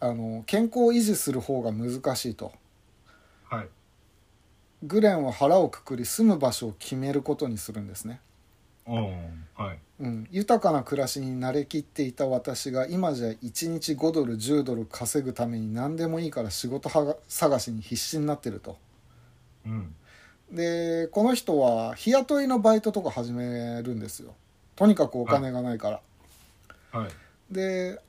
A: あの健康を維持する方が難しいと
B: はい
A: グレンは腹をくくり住む場所を決めることにするんですね、
B: おおはい
A: うん、豊かな暮らしに慣れきっていた私が今じゃ1日5ドル10ドル稼ぐために何でもいいから仕事はが探しに必死になってると
B: うん
A: でこの人は日雇いのバイトとか始めるんですよとにかくお金がないから、
B: はい
A: で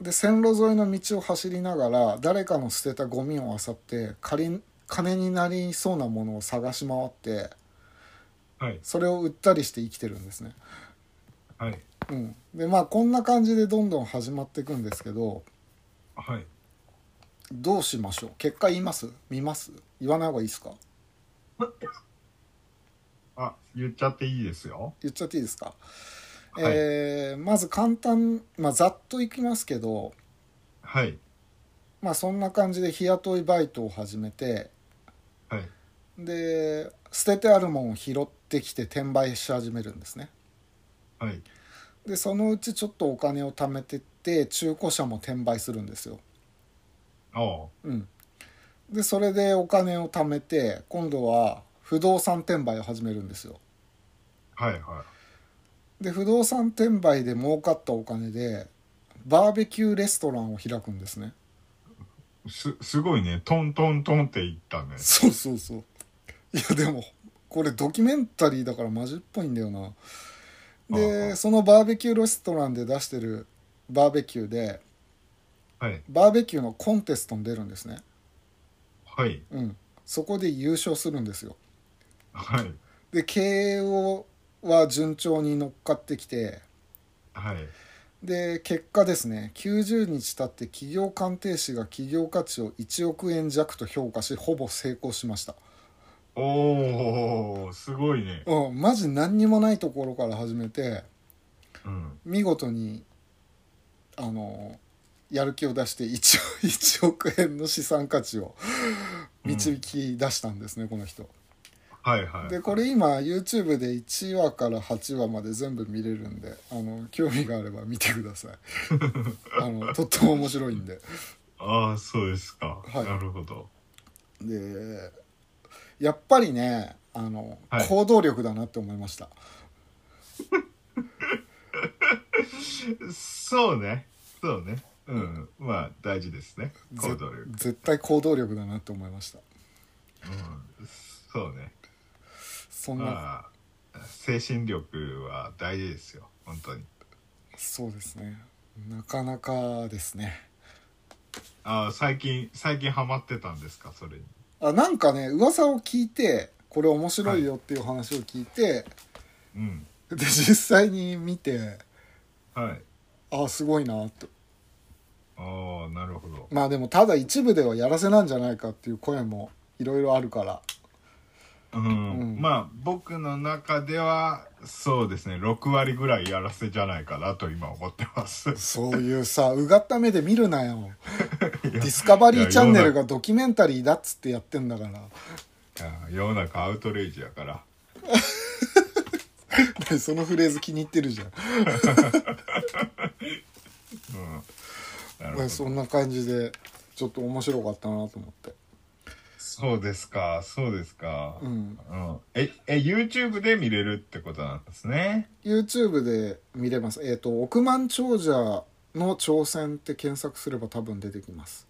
A: で線路沿いの道を走りながら誰かの捨てたゴミを漁って仮金になりそうなものを探し回って
B: はい
A: それを売ったりして生きてるんですね、
B: はい
A: うん、でまあこんな感じでどんどん始まっていくんですけど
B: はい
A: どうしましょう結果言います見ます言わない方がいいですか
B: あ言っちゃっていいですよ
A: 言っちゃっていいですか、
B: はい
A: えーまず簡単、まあ、ざっといきますけど
B: はい
A: まあそんな感じで日雇いバイトを始めて
B: はい
A: で捨ててあるものを拾ってきて転売し始めるんですね
B: はい
A: でそのうちちょっとお金を貯めてって中古車も転売するんですよ
B: おお
A: うんでそれでお金を貯めて今度は不動産転売を始めるんですよ
B: はいは
A: で不動産転売で儲かったお金でバーベキューレストランを開くんですね
B: すすごいねトントントンっていったね
A: そうそうそういやでもこれドキュメンタリーだからマジっぽいんだよな
B: あああ
A: で
B: あ
A: そのバーベキューレストランで出してるバーベキューで
B: はい
A: バーベキューのコンテストに出るんですね
B: はい
A: うんそこで優勝するんですよ
B: はい
A: で経営をは順調に乗っかってきて
B: はい
A: で結果ですね90日経って企業鑑定士が企業価値を1億円弱と評価しほぼ成功しました
B: おおすごいね
A: うんマジ何にもないところから始めて
B: うん
A: 見事にあのやる気を出して 1, 1億円の資産価値を
B: うん
A: 導き出したんですね、この人
B: はいはい
A: でこれ今 YouTube で1話から8話まで全部見れるんであの興味があれば見てくだ さいあのとっても面白いんで
B: ああそうですか、
A: はい
B: なるほど
A: でやっぱりねあの、
B: はい
A: 行動力だなって思いました
B: そうねそうねうんまあ大事ですね
A: ぜ
B: 行動力、
A: 絶対行動力だなって思いました
B: うん、そうね
A: そんな
B: まあ精神力は大事ですよ本当に
A: そうですねなかなかですね
B: ああ最近最近ハマってたんですかそれに
A: あなんかね噂を聞いてこれ面白いよっていう話を聞いて、
B: うん
A: で実際に見て
B: はい
A: あすごいなと
B: ああなるほど
A: まあでもただ一部ではやらせなんじゃないかっていう声もいろいろあるから
B: うん、
A: うん
B: まあ僕の中ではそうですね6割ぐらいやらせじゃないかなと今思って ます
A: そういう さうがった目で見るなよディスカバリーチャンネルがドキュメンタリーだっつってやってんだから
B: あー世の中アウトレイジやから
A: でそのフレーズ気に入ってるじゃ ん
B: なるほ
A: ま
B: ど
A: あそんな感じでちょっと面白かったなと思って
B: そうですかそうですか
A: う、ん
B: うん、ええ YouTube で見れるってことなんですね
A: YouTube で見れますえっ、と「億万長者の挑戦」って検索すれば多分出てきます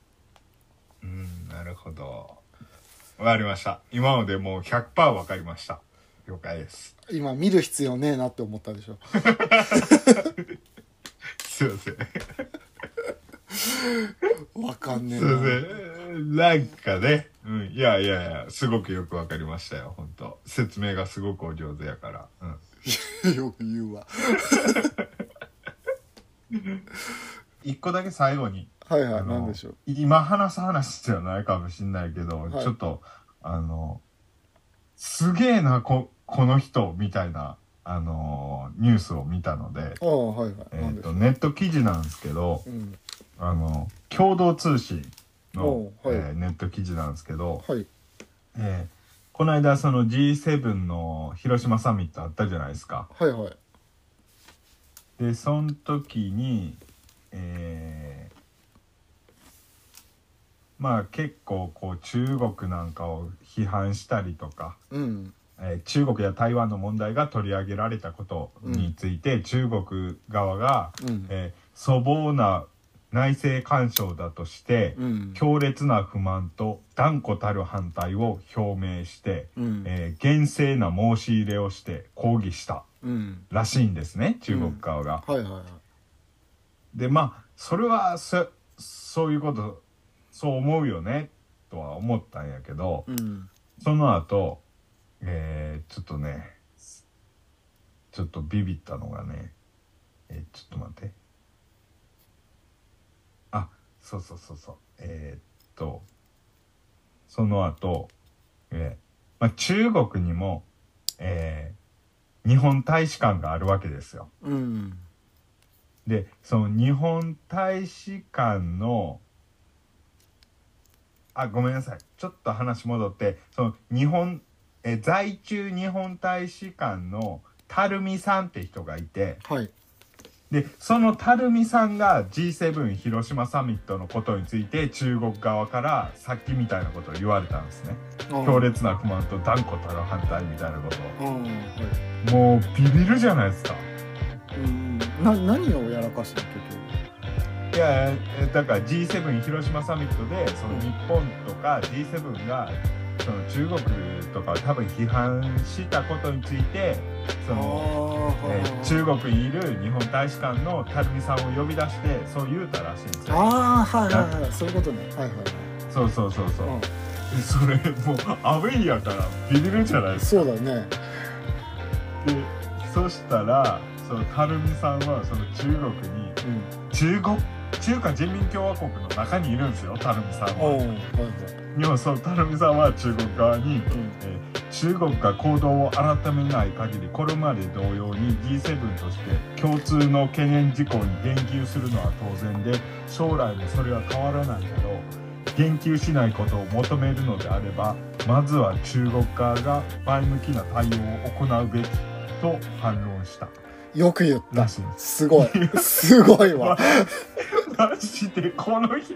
B: うんなるほどわかりました今のでもう100%わかりました了解です
A: 今見る必要ねえなって思ったでしょ
B: すいません
A: わかんねえ
B: すいま
A: な
B: せんなんかね、うん、いやいやいやすごくよくわかりましたよ本当説明がすごくお上手やから、うん、
A: よく言うわ
B: 一個だけ最後に
A: はいはい
B: あの
A: 何でしょう
B: 今話す話ではないかもしんないけど、
A: はい
B: ちょっとあのすげえなここの人みたいなあのニュースを見たので、
A: ああはいはい
B: え
A: 何
B: ー、
A: でしょ
B: と
A: う
B: ネット記事なんですけど
A: うん
B: あの共同通信の
A: お、うはい
B: えーネット記事なんですけど、
A: はい
B: えーこの間その G7 の広島サミットあったじゃないですか。
A: はいはい
B: でその時にえーまあ結構こう中国なんかを批判したりとか、
A: うん
B: えー中国や台湾の問題が取り上げられたことについて、中国側が、
A: うん
B: えー粗暴な内政干渉だとして、
A: うん
B: 強烈な不満と断固たる反対を表明して、
A: うん
B: えー厳正な申し入れをして抗議した
A: うん
B: らしいんですね中国側が。
A: はいはいはい
B: でまあそれはそそういうことそう思うよねとは思ったんやけど、
A: うん
B: その後、えー、ちょっとねちょっとビビったのがねえー、ちょっと待ってあそうそうそうそうえー、っとその後、えーまあ、中国にも、えー日本大使館があるわけですよ。
A: うん
B: でその日本大使館のあごめんなさいちょっと話戻ってその日本え在中日本大使館の垂水さんって人がいて
A: はい
B: でその垂水さんが G7 広島サミットのことについて中国側からさっきみたいなことを言われたんですね強
A: 強
B: 烈な不満と断固たる反対みたいなこと
A: うんはい
B: をもうビビるじゃないですか
A: うんな何をやらかしたっ
B: いやえだから G7 広島サミットでその日本とか G7 がその中国とかを多分批判したことについて
A: け
B: その、
A: あ
B: えー中国にいる日本大使館の垂水さんを呼び出してそう言うたらしいんですよ。
A: ああはいはいはいそういうことねはいはいはい
B: そうそうそうそう。それもうアウェイやからビビるじゃないですか
A: そうだね
B: でそしたらそのたるみさんはその中国に
A: うん
B: 中国中華人民共和国の中にいるんですよたるみさん
A: おう
B: は。
A: はいはい
B: でもそのたるみさんは中国側に、
A: うん
B: えー中国が行動を改めない限りこれまで同様に G7 として共通の懸念事項に言及するのは当然で将来もそれは変わらないけど言及しないことを求めるのであればまずは中国側が前向きな対応を行うべきと反論した
A: よく言っ
B: ら
A: た
B: しいです。
A: すごい すごいわ
B: マジでこの人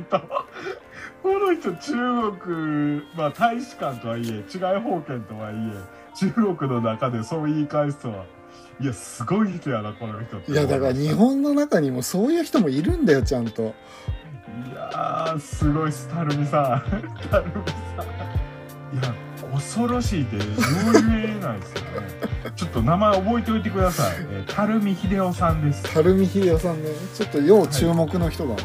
B: この人中国、まあ、大使館とはいえ治外法権とはいえ中国の中でそう言い返すとはいやすごい人やなこの人って
A: いやだから日本の中にもそういう人もいるんだよちゃんと
B: いやーすごいですたるみさんたるみさんいや恐ろしいってどう言えないですよねちょっと名前覚えておいてください、えー、たるみ秀夫さんです
A: 垂水秀夫さんねちょっと要注目の人だな、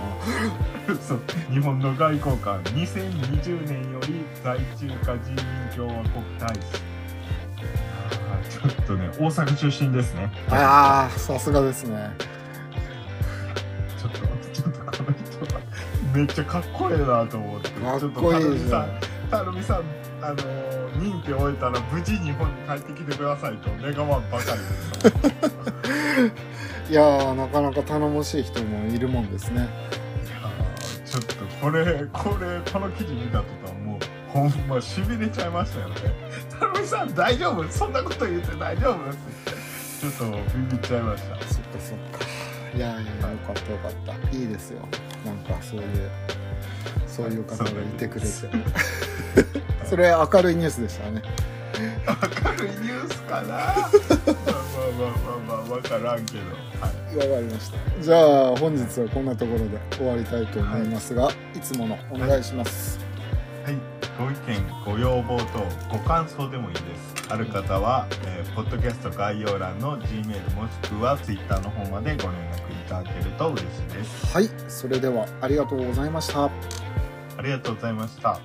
B: そう日本の外交官2020年より在中華人民共和国大使あーちょっとね大阪出身ですね
A: ああさすがですね
B: ちょっとちょっとこの人はめっちゃかっこええなと思って
A: かっこいいじゃん
B: ちょっとたるみさんたるみさんあのー任期終えたら無事日本に帰ってきてくださいと願わんばかりです
A: いやーなかなか頼もしい人もいるもんですね
B: あーちょっとこれこれこの記事見た途端もうほんましびれちゃいましたよね「たるみさん大丈夫そんなこと言って大丈夫?」ってちょっとビビっちゃいまし
A: そ
B: た
A: っかそっかいやいやよかったよかったいいですよなんかそういうそういう方がいてくれて それ明るいニュースでしたね
B: 明るいニュースかなまあまあまあまあまあわからんけどはい
A: わかりましたじゃあ本日はこんなところで終わりたいと思いますが、い、つものお願いします、
B: はい、ご意見、ご要望等、ご感想でもいいです。ある方は、えーポッドキャスト概要欄の Gmail もしくは Twitter の方までご連絡いただけると嬉しいです。
A: はいそれではありがとうございました
B: ありがとうございました。